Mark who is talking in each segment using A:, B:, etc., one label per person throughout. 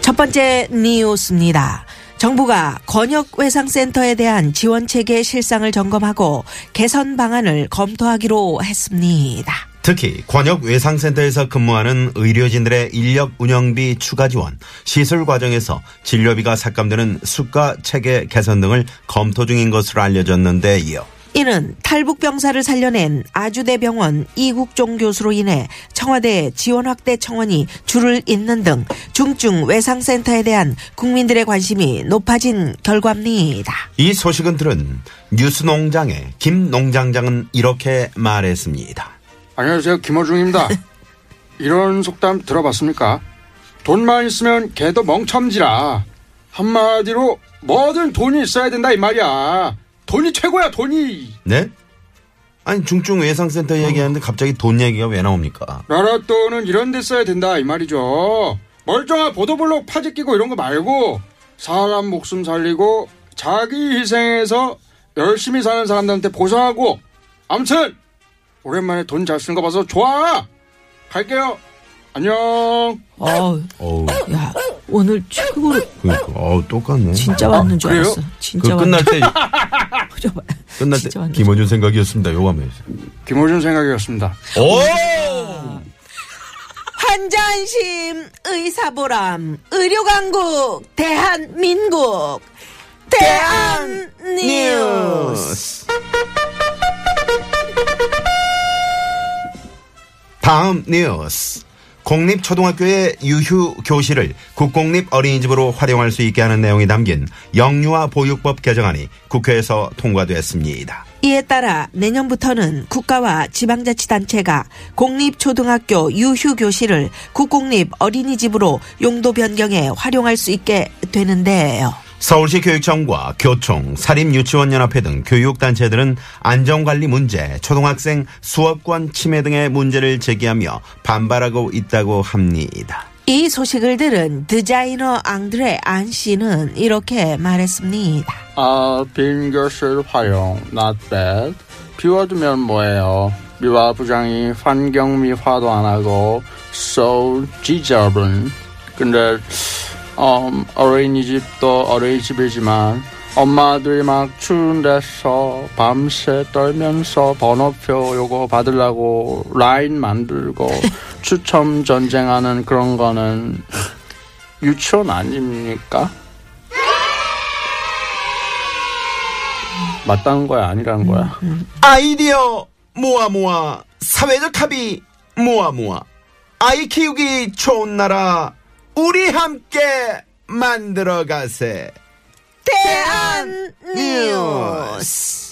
A: 첫 번째 뉴스입니다. 정부가 권역외상센터에 대한 지원체계 실상을 점검하고 개선 방안을 검토하기로 했습니다.
B: 특히 권역 외상센터에서 근무하는 의료진들의 인력 운영비 추가 지원, 시술 과정에서 진료비가 삭감되는 수가 체계 개선 등을 검토 중인 것으로 알려졌는데 이어
A: 이는 탈북병사를 살려낸 아주대병원 이국종 교수로 인해 청와대 지원 확대 청원이 줄을 잇는 등 중증 외상센터에 대한 국민들의 관심이 높아진 결과입니다.
B: 이 소식은 들은 뉴스농장의 김농장장은 이렇게 말했습니다.
C: 안녕하세요. 김호중입니다. 이런 속담 들어봤습니까? 돈만 있으면 개도 멍청지라. 한마디로 뭐든 돈이 있어야 된다 이 말이야. 돈이 최고야 돈이.
B: 네? 아니 중증 외상센터 얘기하는데 갑자기 돈 얘기가 왜 나옵니까?
C: 나라 돈은 이런 데 써야 된다 이 말이죠. 멀쩡한 보도블록 파지 끼고 이런 거 말고 사람 목숨 살리고 자기 희생해서 열심히 사는 사람들한테 보상하고 아무튼 오랜만에 돈 잘 쓰는 거 봐서 좋아. 갈게요. 안녕.
A: 어,
B: 어우,
A: 야 오늘 최고로
B: 그러니까, 어우 똑같네.
A: 진짜 왔는 줄
C: 그래요?
A: 알았어. 진짜
B: 그 끝날 때
A: 줄 알았어.
B: 끝날 때
A: 진짜 왔는 줄
B: 김원준 생각이었습니다. 요감에.
C: 김호준 생각이었습니다.
B: 오!
A: 환자안심 의사보람 의료강국 대한민국 대한 뉴스
B: 다음 뉴스. 공립초등학교의 유휴 교실을 국공립 어린이집으로 활용할 수 있게 하는 내용이 담긴 영유아 보육법 개정안이 국회에서 통과됐습니다.
A: 이에 따라 내년부터는 국가와 지방자치단체가 공립초등학교 유휴교실을 국공립 어린이집으로 용도 변경해 활용할 수 있게 되는데요.
B: 서울시 교육청과 교총, 사립유치원연합회 등 교육단체들은 안전관리 문제, 초등학생 수업권 침해 등의 문제를 제기하며 반발하고 있다고 합니다.
A: 이 소식을 들은 디자이너 앙드레 안 씨는 이렇게 말했습니다.
C: 아, 빈 교실 활용, not bad. 비워두면 뭐예요? 미화 부장이 환경 미화도 안 하고, so 지저분. 근데, 음, 어린이집도 어린이집이지만, 엄마들이 막 추운 데서 밤새 떨면서 번호표 요거 받으려고 라인 만들고 추첨 전쟁하는 그런 거는 유치원 아닙니까? 맞다는 거야 아니라는 거야
A: 음,
B: 아이디어 모아 모아 사회적 합의 모아 모아 아이 키우기 좋은 나라 우리 함께 만들어 가세
A: 대한 뉴스.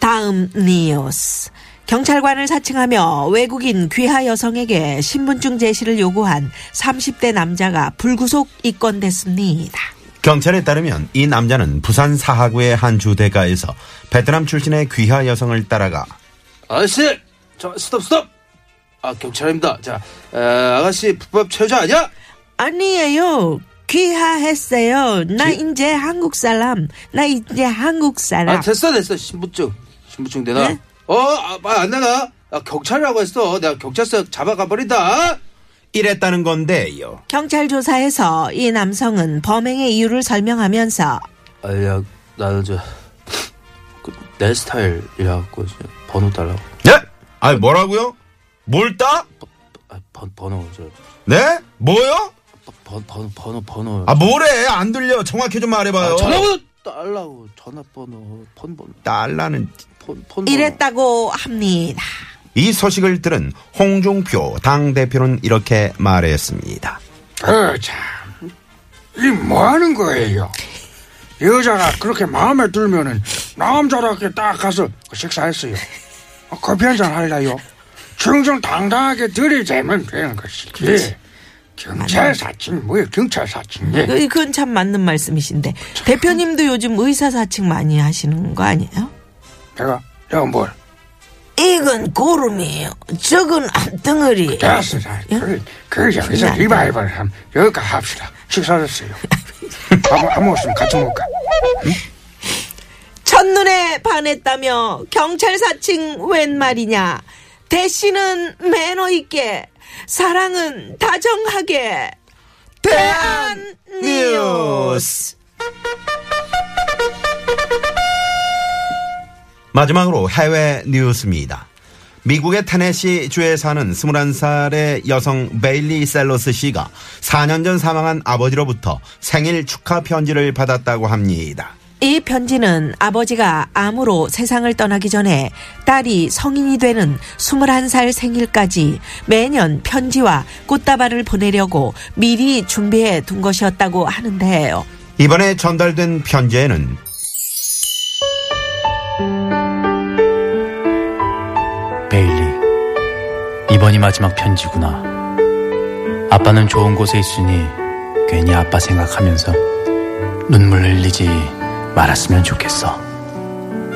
A: 다음 뉴스. 경찰관을 사칭하며 외국인 귀하 여성에게 신분증 제시를 요구한 30대 남자가 불구속 입건됐습니다.
B: 경찰에 따르면 이 남자는 부산 사하구의 한 주대가에서 베트남 출신의 귀하 여성을 따라가
D: 아저씨, 저 스톱 스톱. 아 경찰입니다. 자, 에, 아가씨 불법 체류자 아니야?
A: 아니에요. 귀하했어요. 나 이제 한국 사람. 나 이제 한국 사람.
D: 아 됐어 됐어 신분증 신분증 내놔.
A: 네?
D: 어, 아, 아, 안 내놔. 아, 경찰이라고 했어. 내가 경찰서 잡아가 버린다.
B: 이랬다는 건데요.
A: 경찰 조사에서 이 남성은 범행의 이유를 설명하면서
D: 아야, 나는 그, 저내 스타일이라고 번호 달라고.
B: 네? 아니 뭐라고요? 뭘 따?
D: 아, 번 번호 저
B: 네? 뭐요?
D: 번, 번호 번호 번호.
B: 아 뭐래? 안 들려. 정확히 좀 말해봐요.
D: 아, 전화번호 달라고 전화번호 폰번
B: 달라는
D: 폰 폰.
A: 이랬다고 합니다.
B: 이 소식을 들은 홍종표 당 대표는 이렇게 말했습니다.
C: 어, 참. 이 뭐하는 거예요? 여자가 그렇게 마음에 들면은 남자답게 딱 가서 식사했어요. 어, 커피 한잔 할래요? 정정 당당하게 들이대면 되는 것이지.
E: 경찰 사칭 뭐예요? 경찰 사칭. 예.
A: 그- 그건 참 맞는 말씀이신데 대표님도 요즘 의사 사칭 많이 하시는 거 아니에요?
E: 내가 내가 뭘?
A: 이건 고름이에요. 저건 암덩어리예요.
E: 됐습니다.
A: 예?
E: 그, 그 여기서
A: 그냥-
E: 리바이벌 함 여기까지 합시다. 식사됐어요. 아무 아무 없으면 같이 먹을까?
A: 첫눈에 반했다며 경찰 사칭 웬 말이냐. 대신은 매너 있게, 사랑은 다정하게. 대한 뉴스.
B: 마지막으로 해외 뉴스입니다. 미국의 테네시 주에 사는 21살의 여성 베일리 셀러스 씨가 4년 전 사망한 아버지로부터 생일 축하 편지를 받았다고 합니다.
A: 이 편지는 아버지가 암으로 세상을 떠나기 전에 딸이 성인이 되는 21살 생일까지 매년 편지와 꽃다발을 보내려고 미리 준비해 둔 것이었다고 하는데요.
B: 이번에 전달된 편지에는
F: 베일리, 이번이 마지막 편지구나. 아빠는 좋은 곳에 있으니 괜히 아빠 생각하면서 눈물 흘리지 말았으면 좋겠어.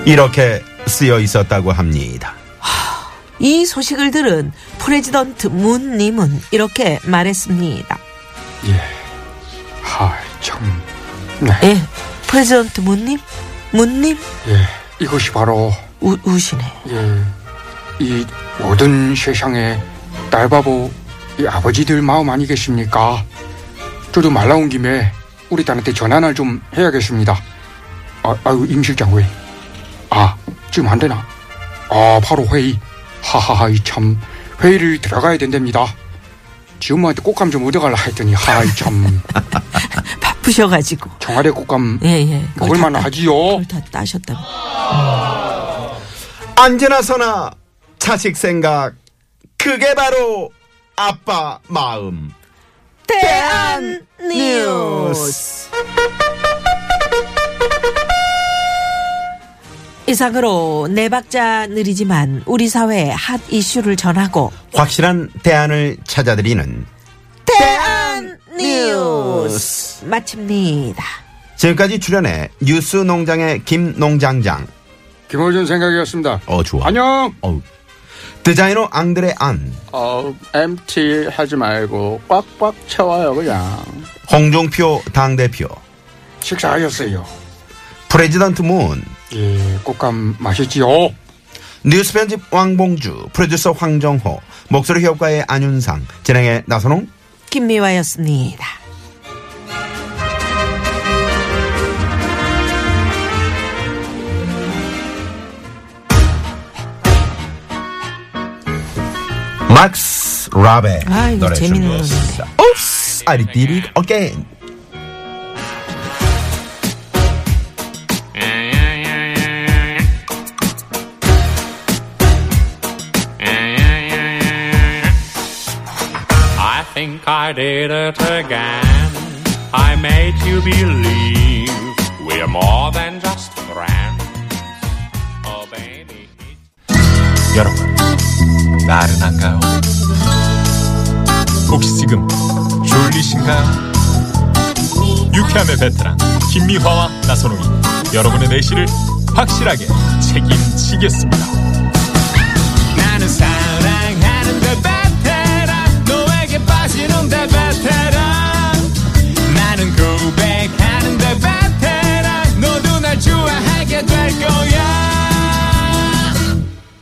B: 이렇게 쓰여 있었다고 합니다.
A: 이 소식을 들은 프레지던트 문님은 이렇게 말했습니다.
E: 예. 아참
A: 예, 프레지던트 문님? 문님?
E: 예. 이것이 바로
A: 우, 우시네요.
E: 예. 이 모든 세상에 딸바보 이 아버지들 마음 아니겠습니까? 저도 말 나온 김에 우리 딸한테 전화를 좀 해야겠습니다. 아, 아유 임 실장 왜? 아 지금 안 되나? 아 바로 회의. 하하하 이 참 회의를 들어가야 된답니다. 지엄마한테 꽃감 좀 얻어갈라 했더니 하이 참
A: 바쁘셔가지고.
E: 청와대 꽃감
A: 예, 예. 그렇죠. 그걸
E: 먹을만
A: 다 따-
E: 하지요.
A: 그걸 다 따셨다고.
B: 안지나서나 자식 생각 그게 바로 아빠 마음.
A: 대한 뉴스. 이상으로 네 박자 느리지만 우리 사회의 핫 이슈를 전하고
B: 확실한 대안을 찾아드리는
A: 대한 뉴스 마칩니다.
B: 지금까지 출연해 뉴스 농장의 김농장장.
E: 김호준 생각이었습니다.
B: 어 좋아.
E: 안녕.
B: 어우. 디자이너 앙드레 안.
E: 어 MT 하지 말고 꽉꽉 채워요 그냥.
B: 홍종표 당대표.
E: 식사하셨어요.
B: 프레지던트 문.
E: 예, 꽃감 맛있지요.
B: 뉴스 편집 왕봉주. 프로듀서 황정호. 목소리 효과의 안윤상. 진행의 나선홍.
A: 김미화였습니다.
B: 막스 라베.
A: 아, 이거
B: 노래
A: 재밌는
B: 준비했습니다. 오스! I did it again.
G: I think I did it again. I made you believe we're more than just friends. Oh, baby. it's-
H: 여러분, 나른한가요? 혹시 지금 졸리신가요? 유쾌함의 베테랑 김미화와 나선홍이 여러분의 내실을 확실하게 책임지겠습니다. 나는 사랑하는데 그 베테랑 너에게 빠지는데 그 베테랑 나는 고백하는데 베테랑 너도 날 좋아하게 될 거야.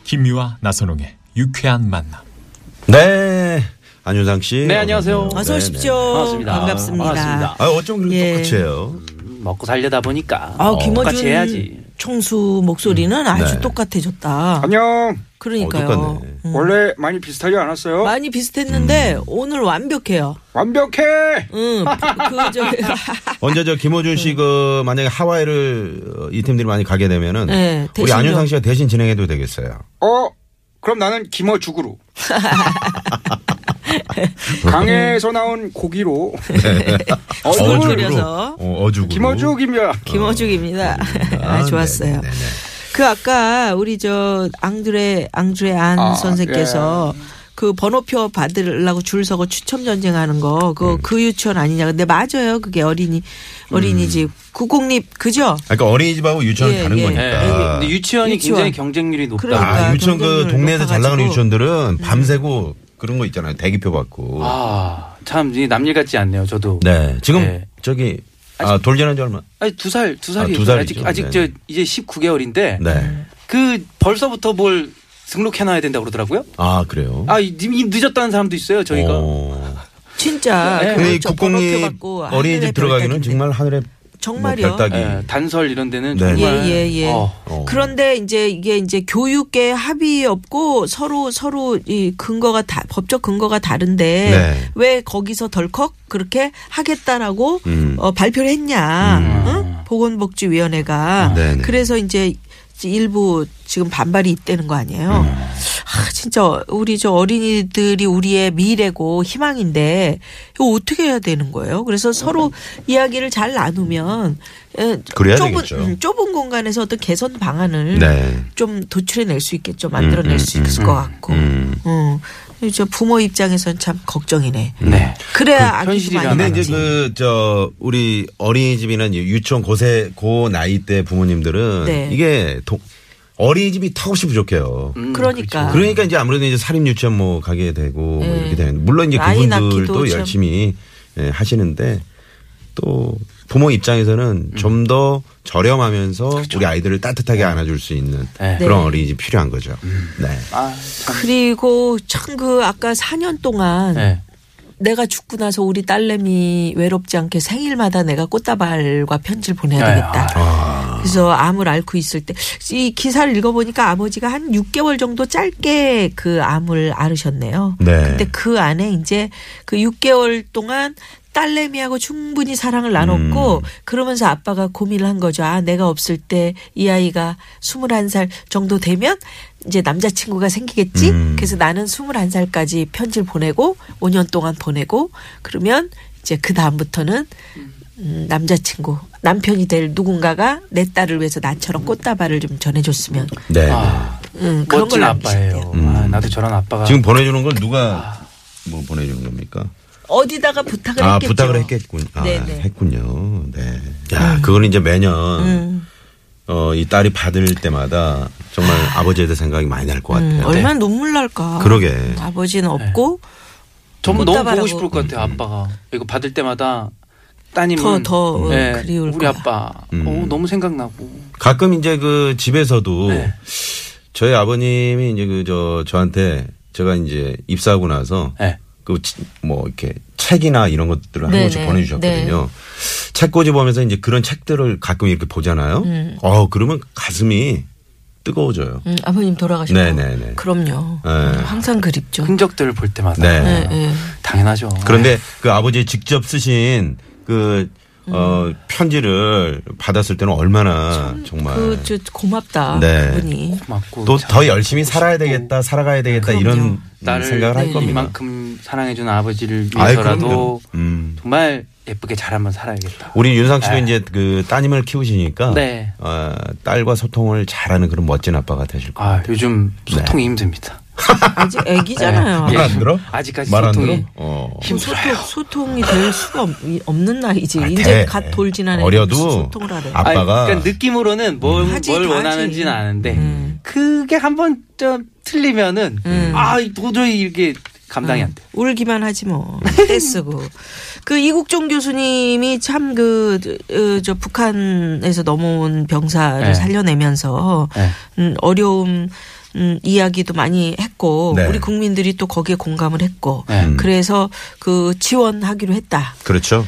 H: 김유와 나선홍의 유쾌한 만남.
B: 네. 안윤상 씨.
C: 네, 안녕하세요.
B: 네,
A: 어서 오십시오.
B: 네.
C: 반갑습니다.
A: 반갑습니다.
C: 반갑습니다.
B: 아, 어쩜 그렇게
A: 예.
B: 똑같이에요.
C: 먹고 살려다 보니까 어,
A: 아,
C: 똑같이 해야지.
A: 김어준 총수 목소리는 아주 똑같아졌다.
E: 안녕.
A: 그러니까요.
B: 어, 똑같네. 음.
A: 음.
E: 원래 많이 비슷하지 않았어요?
A: 많이 비슷했는데 오늘 완벽해요.
E: 완벽해.
A: 응.
C: 음.
A: 그 저기
B: 언제 저 김호준 씨 그 만약에 하와이를 어, 이 팀들이 많이 가게 되면은
A: 네,
B: 우리
A: 대신요.
B: 안윤상 씨가 대신 진행해도 되겠어요.
E: 어, 그럼 나는 김어죽으로. 강에서 나온 고기로.
A: 죽을
B: 어죽으로.
A: 졸여서.
B: 어, 어죽으로.
E: 김어죽입니다.
A: 김어죽입니다.
B: 아,
A: 아, 좋았어요.
B: 네, 네, 네.
A: 그 아까 우리 저 앙드레 앙드레 안
E: 아,
A: 선생께서 그 번호표 받으려고 줄 서고 추첨 전쟁하는 거 그
B: 음.
A: 그 유치원 아니냐. 근데 맞아요. 그게 어린이
B: 음.
A: 어린이집 구공립 그죠?
B: 그러니까 어린이집하고 유치원
A: 예,
B: 가는
A: 예.
B: 거니까.
C: 근데 유치원이
A: 유치원.
C: 굉장히 경쟁률이 높다.
A: 그러니까.
B: 아, 유치원 그
A: 경쟁률
B: 동네에서 잘
A: 높아가지고.
B: 나가는
A: 네.
B: 유치원들은 밤새고 그런 거 있잖아요. 대기표 받고.
C: 아, 참, 이 남일 같지 않네요, 저도.
B: 네. 지금
C: 네.
B: 저기 아, 돌전한 지 얼마?
C: 아니, 두 살, 두 살이.
B: 두 살이죠.
C: 아직, 아직
B: 네.
C: 저, 이제 19개월인데,
B: 네.
C: 그, 벌써부터 뭘 등록해놔야 된다고 그러더라고요.
B: 아, 그래요.
C: 아, 이- 이미 늦었다는 사람도 있어요, 저희가.
B: 어.
A: 진짜
C: 네.
A: 그
B: 근데 이
A: 저 번호표
B: 국공립
A: 받고
B: 어린이집
A: 하늘의
B: 들어가기는
A: 별따기인데.
B: 정말 하늘의
A: 정말이요.
B: 뭐 별따기.
C: 예, 단설 이런 데는
B: 네.
C: 정말.
A: 예, 예, 예.
C: 어,
B: 어.
A: 그런데 이제 이게 이제 교육계 합의 없고 서로 서로 이 근거가 다 법적 근거가 다른데
B: 네.
A: 왜 거기서 덜컥 그렇게 하겠다라고
B: 음.
A: 어, 발표를 했냐? 응? 보건복지위원회가
B: 네, 네.
A: 그래서 이제 일부 지금 반발이 있다는 거 아니에요?
B: 음.
A: 아, 진짜 우리 저 어린이들이 우리의 미래고 희망인데 이거 어떻게 해야 되는 거예요? 그래서 서로 이야기를 잘 나누면 에,
B: 그래야
A: 좁은
B: 되겠죠.
A: 음, 좁은 공간에서 어떤 개선 방안을
B: 네.
A: 좀 도출해낼 수 있겠죠, 만들어낼
B: 음,
A: 수
B: 음,
A: 있을
B: 음.
A: 것 같고.
B: 음.
A: 음. 저 부모 입장에서는 참 걱정이네.
C: 네.
A: 그래야 아기도
C: 그
A: 많이
C: 현실이라는
B: 근데
A: 낳지.
B: 이제 그 저 우리 어린이집이나 이제 유치원 고세 고 나이 때 부모님들은
A: 네.
B: 이게 도- 어린이집이 턱없이 부족해요.
A: 그러니까.
B: 그러니까 이제 아무래도 이제 사립 유치원 뭐 가게 되고 뭐
A: 네.
B: 이렇게 되는 물론 이제
A: 아이
B: 그분들도
A: 낳기도 참.
B: 열심히 예, 하시는데 또 부모
A: 음.
B: 입장에서는 좀 더 저렴하면서
A: 그렇죠.
B: 우리 아이들을 따뜻하게 안아줄 수 있는
C: 네.
B: 그런 어린이집 필요한 거죠.
A: 음.
B: 네.
C: 아,
A: 그리고 참 그 아까 4년 동안
C: 네.
A: 내가 죽고 나서 우리 딸내미 외롭지 않게 생일마다 내가 꽃다발과 편지를 보내야
C: 아,
A: 되겠다. 그래서 암을 앓고 있을 때 이 기사를 읽어보니까 아버지가 한 6개월 정도 짧게 그 암을 앓으셨네요.
B: 네.
A: 근데 그 안에 이제 그 6개월 동안 딸내미하고 충분히 사랑을 나눴고 그러면서 아빠가 고민을 한 거죠. 아, 내가 없을 때 이 아이가 21살 정도 되면 이제 남자친구가 생기겠지?
B: 음.
A: 그래서 나는 21살까지 편지를 보내고 5년 동안 보내고 그러면 이제 그 다음부터는 음, 남자친구, 남편이 될 누군가가 내 딸을 위해서 나처럼 꽃다발을 좀 전해줬으면
B: 네. 네.
C: 아,
A: 음, 그런
C: 멋진
A: 걸
C: 아빠예요. 아, 나도 저런 아빠가.
B: 지금 보내주는 걸
A: 아.
B: 누가 뭐 보내주는 겁니까?
A: 어디다가 부탁을
B: 아,
A: 했겠죠.
B: 부탁을 했겠군. 아,
A: 네네. 음.
B: 했군요. 네. 야, 그건 이제 매년 어, 이 딸이 받을 때마다 정말 아버지에 대해 생각이 많이 날 것
A: 음,
B: 같아요.
A: 얼마나 눈물 날까.
B: 네. 그러게.
A: 아버지는 없고
C: 전부 너무
A: 꽃다발하고.
C: 보고 싶을 것
B: 음.
C: 같아요, 아빠가. 이거 받을 때마다 따님은.
A: 더, 더
C: 예,
A: 그리울
C: 우리
A: 거야.
C: 아빠.
B: 음.
C: 어, 너무 생각나고.
B: 가끔 이제 그 집에서도
C: 네.
B: 저희 아버님이 이제 그 저 저한테 제가 이제 입사하고 나서
C: 네.
B: 그 뭐 이렇게 책이나 이런 것들을 한
A: 네네. 네.
B: 권씩 보내주셨거든요. 책 꼬집으면서 이제 그런 책들을 가끔 이렇게 보잖아요. 어 그러면 가슴이 뜨거워져요.
A: 음, 아버님 돌아가셨고.
B: 네네네.
A: 그럼요.
B: 네.
A: 음, 항상 그립죠.
C: 흔적들을 볼 때마다.
B: 네.
A: 예, 예.
C: 당연하죠.
B: 그런데 그 아버지 직접 쓰신 그, 어, 편지를 받았을 때는 얼마나 정말.
A: 그, 저, 고맙다.
B: 네.
A: 그분이.
C: 맞고.
B: 또
C: 참
B: 더 열심히
C: 싶고.
B: 살아야 되겠다, 살아가야 되겠다
A: 그럼요.
B: 이런
C: 나를
B: 생각을 할
A: 네,
B: 겁니다.
C: 이만큼 사랑해준 아버지를
B: 아이,
C: 위해서라도
B: 그럼요. 음.
C: 정말 예쁘게 잘 한번 살아야겠다.
B: 우리 윤상 씨도
C: 네.
B: 이제 그 따님을 키우시니까
C: 네.
B: 어, 딸과 소통을 잘하는 그런 멋진 아빠가 되실 거예요.
C: 아, 요즘 소통이 힘듭니다.
A: 아직 애기잖아요.
C: 예.
B: 말안 들어?
C: 아직까지
B: 말안
C: 소통이.
B: 들어? 어.
C: 힘들어요.
A: 소통, 이될 수가 없, 는 나이지.
B: 아, 돼.
A: 이제 갓 돌진하는
B: 어려도
A: 무슨 소통을 하래.
B: 아, 아빠가-
C: 그러니까 느낌으로는 뭘,
A: 음. 하지,
C: 뭘
A: 다
C: 원하는지는
A: 하지. 음.
C: 아는데 그게 한번 좀 틀리면은 아 도저히 이게 감당이 안 돼.
A: 울기만 하지 뭐. 떼쓰고. 그 이국종 교수님이 참 그, 어, 저 북한에서 넘어온 병사를
C: 네.
A: 살려내면서
C: 네.
A: 음, 어려움 음, 이야기도 많이 했고
B: 네.
A: 우리 국민들이 또 거기에 공감을 했고
C: 네.
B: 음.
A: 그래서 그 지원하기로 했다.
B: 그렇죠.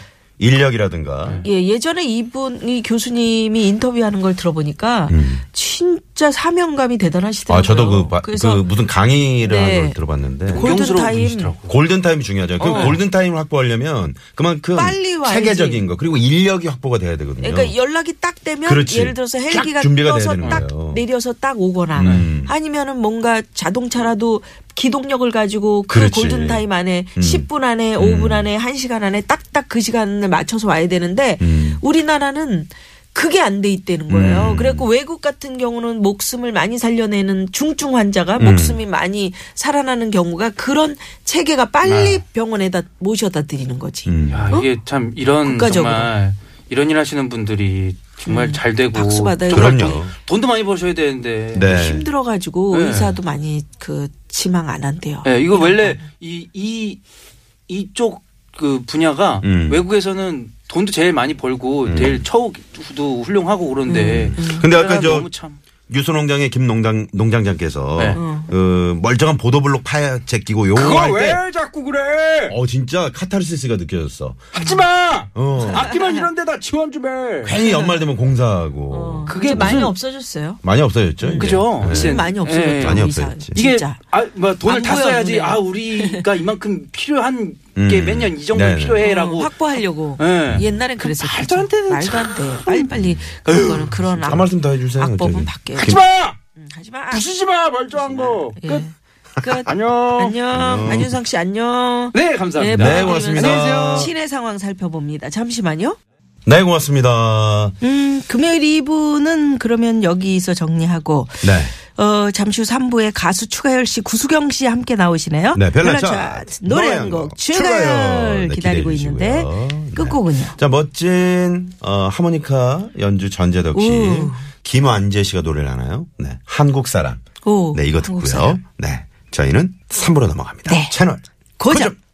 B: 인력이라든가.
A: 예, 예전에 이분 이 교수님이 인터뷰하는 걸 들어보니까
B: 음.
A: 진짜 사명감이 대단하시더라고요.
B: 아, 저도 그, 바- 그
A: 그래서
B: 무슨 강의를
A: 네.
B: 하는 걸 들어봤는데.
A: 골든
C: 존경스러운
A: 타임
C: 분이시더라고요.
B: 골든 타임이 중요하죠. 그
A: 어.
B: 골든 타임을 확보하려면 그만큼
A: 빨리 와야지.
B: 체계적인 거 그리고 인력이 확보가 돼야 되거든요.
A: 그러니까 연락이 딱 되면
B: 그렇지.
A: 예를 들어서 헬기가
B: 쫙 준비가
A: 떠서
B: 돼야 되는
A: 딱
B: 거예요.
A: 내려서 딱 오거나
B: 음.
A: 아니면은 뭔가 자동차라도 기동력을 가지고 그
B: 그렇지.
A: 골든 타임 안에
B: 음.
A: 10분 안에 5분 안에 1시간 안에 딱딱 그 시간을 맞춰서 와야 되는데
B: 음.
A: 우리나라는 그게 안 돼 있다는 거예요. 그래갖고 외국 같은 경우는 목숨을 많이 살려내는 중증 환자가
B: 음.
A: 목숨이 많이 살아나는 경우가 그런 체계가 빨리
B: 네.
A: 병원에다 모셔다 드리는 거지.
B: 음.
C: 야, 아, 이게 참 이런
A: 아. 어? 국가적으로. 음.
C: 정말 이런 일 하시는 분들이 정말 잘 되고
A: 박수 받아요.
C: 정말
B: 그럼요.
C: 돈- 돈도 많이 버셔야 되는데.
B: 네.
A: 힘들어가지고
C: 네.
A: 의사도 많이 그 지망 안 한대요.
C: 예, 이거 원래 이, 이, 이쪽 그 분야가
B: 음.
C: 외국에서는 돈도 제일 많이 벌고 제일 처우도 훌륭하고 그런데.
A: 음.
B: 근데 아까
C: 우리나라는
B: 저-
C: 너무 참.
B: 유수농장의 김농장 농장장께서
C: 네.
B: 어, 멀쩡한 보도블록 파헤끼고
E: 그거
C: 어,
B: 요구할
E: 왜
B: 때,
C: 네.
E: 자꾸 그래?
B: 어 진짜 카타르시스가 느껴졌어.
E: 하지 마.
B: 어.
E: 아끼면 이런 데다 지원 좀 해.
C: 네.
B: 괜히 연말 되면 공사하고
C: 그게
A: 그게 많이
C: 무슨-
A: 없어졌어요.
B: 많이 없어졌죠. 이제.
C: 그죠?
B: 네.
C: 이제-
A: 많이
C: 예,
A: 없어졌죠.
C: 예.
B: 많이
A: 의사.
B: 없어졌지.
C: 이게
A: 진짜.
C: 아, 뭐 돈을
A: 안
C: 다
A: 보여,
C: 써야지.
A: 눈에.
C: 아, 우리가 이만큼 필요한 게
B: 음.
C: 몇 년 이 정도
B: 네네.
C: 필요해라고.
A: 어, 확보하려고.
C: 예.
A: 옛날엔 그랬었죠.
C: 말도 안 되는
A: 말도 안 돼. 빨리빨리 그거는 그런
B: 한 말씀 더 해주세요.
A: 악법은
B: 저기.
A: 바뀌어요.
E: 하지 마.
A: 음, 하지마.
E: 부수지 마. 멀쩡한 거.
A: 예.
E: 끝.
A: 끝.
E: 안녕.
A: 안녕. 안윤상 씨 안녕.
C: 네, 감사합니다.
B: 네, 고맙습니다. 안녕하세요.
A: 신의 상황 살펴봅니다. 잠시만요.
B: 네 고맙습니다.
A: 음, 금요일 2부는 그러면 여기서 정리하고
B: 네.
A: 어, 잠시 후 3부에 가수 추가열 씨, 구수경 씨 함께 나오시네요.
B: 네, 별난
A: 별난
B: 차트,
A: 노래
B: 노래
A: 한
B: 한
A: 곡
B: 곡,
A: 추가열
B: 추가열. 네,
A: 기다리고
B: 기대해
A: 있는데
B: 주시고요. 네.
A: 끝곡은요.
B: 자 멋진 어, 하모니카 연주 전재덕 씨,
A: 오.
B: 김완재 씨가 노래를 하나요? 네. 한국 사람.
A: 오,
B: 네 이거
A: 한국
B: 듣고요.
A: 사람.
B: 네. 저희는 3부로 넘어갑니다.
A: 네.
B: 채널
A: 고정.
B: 고정.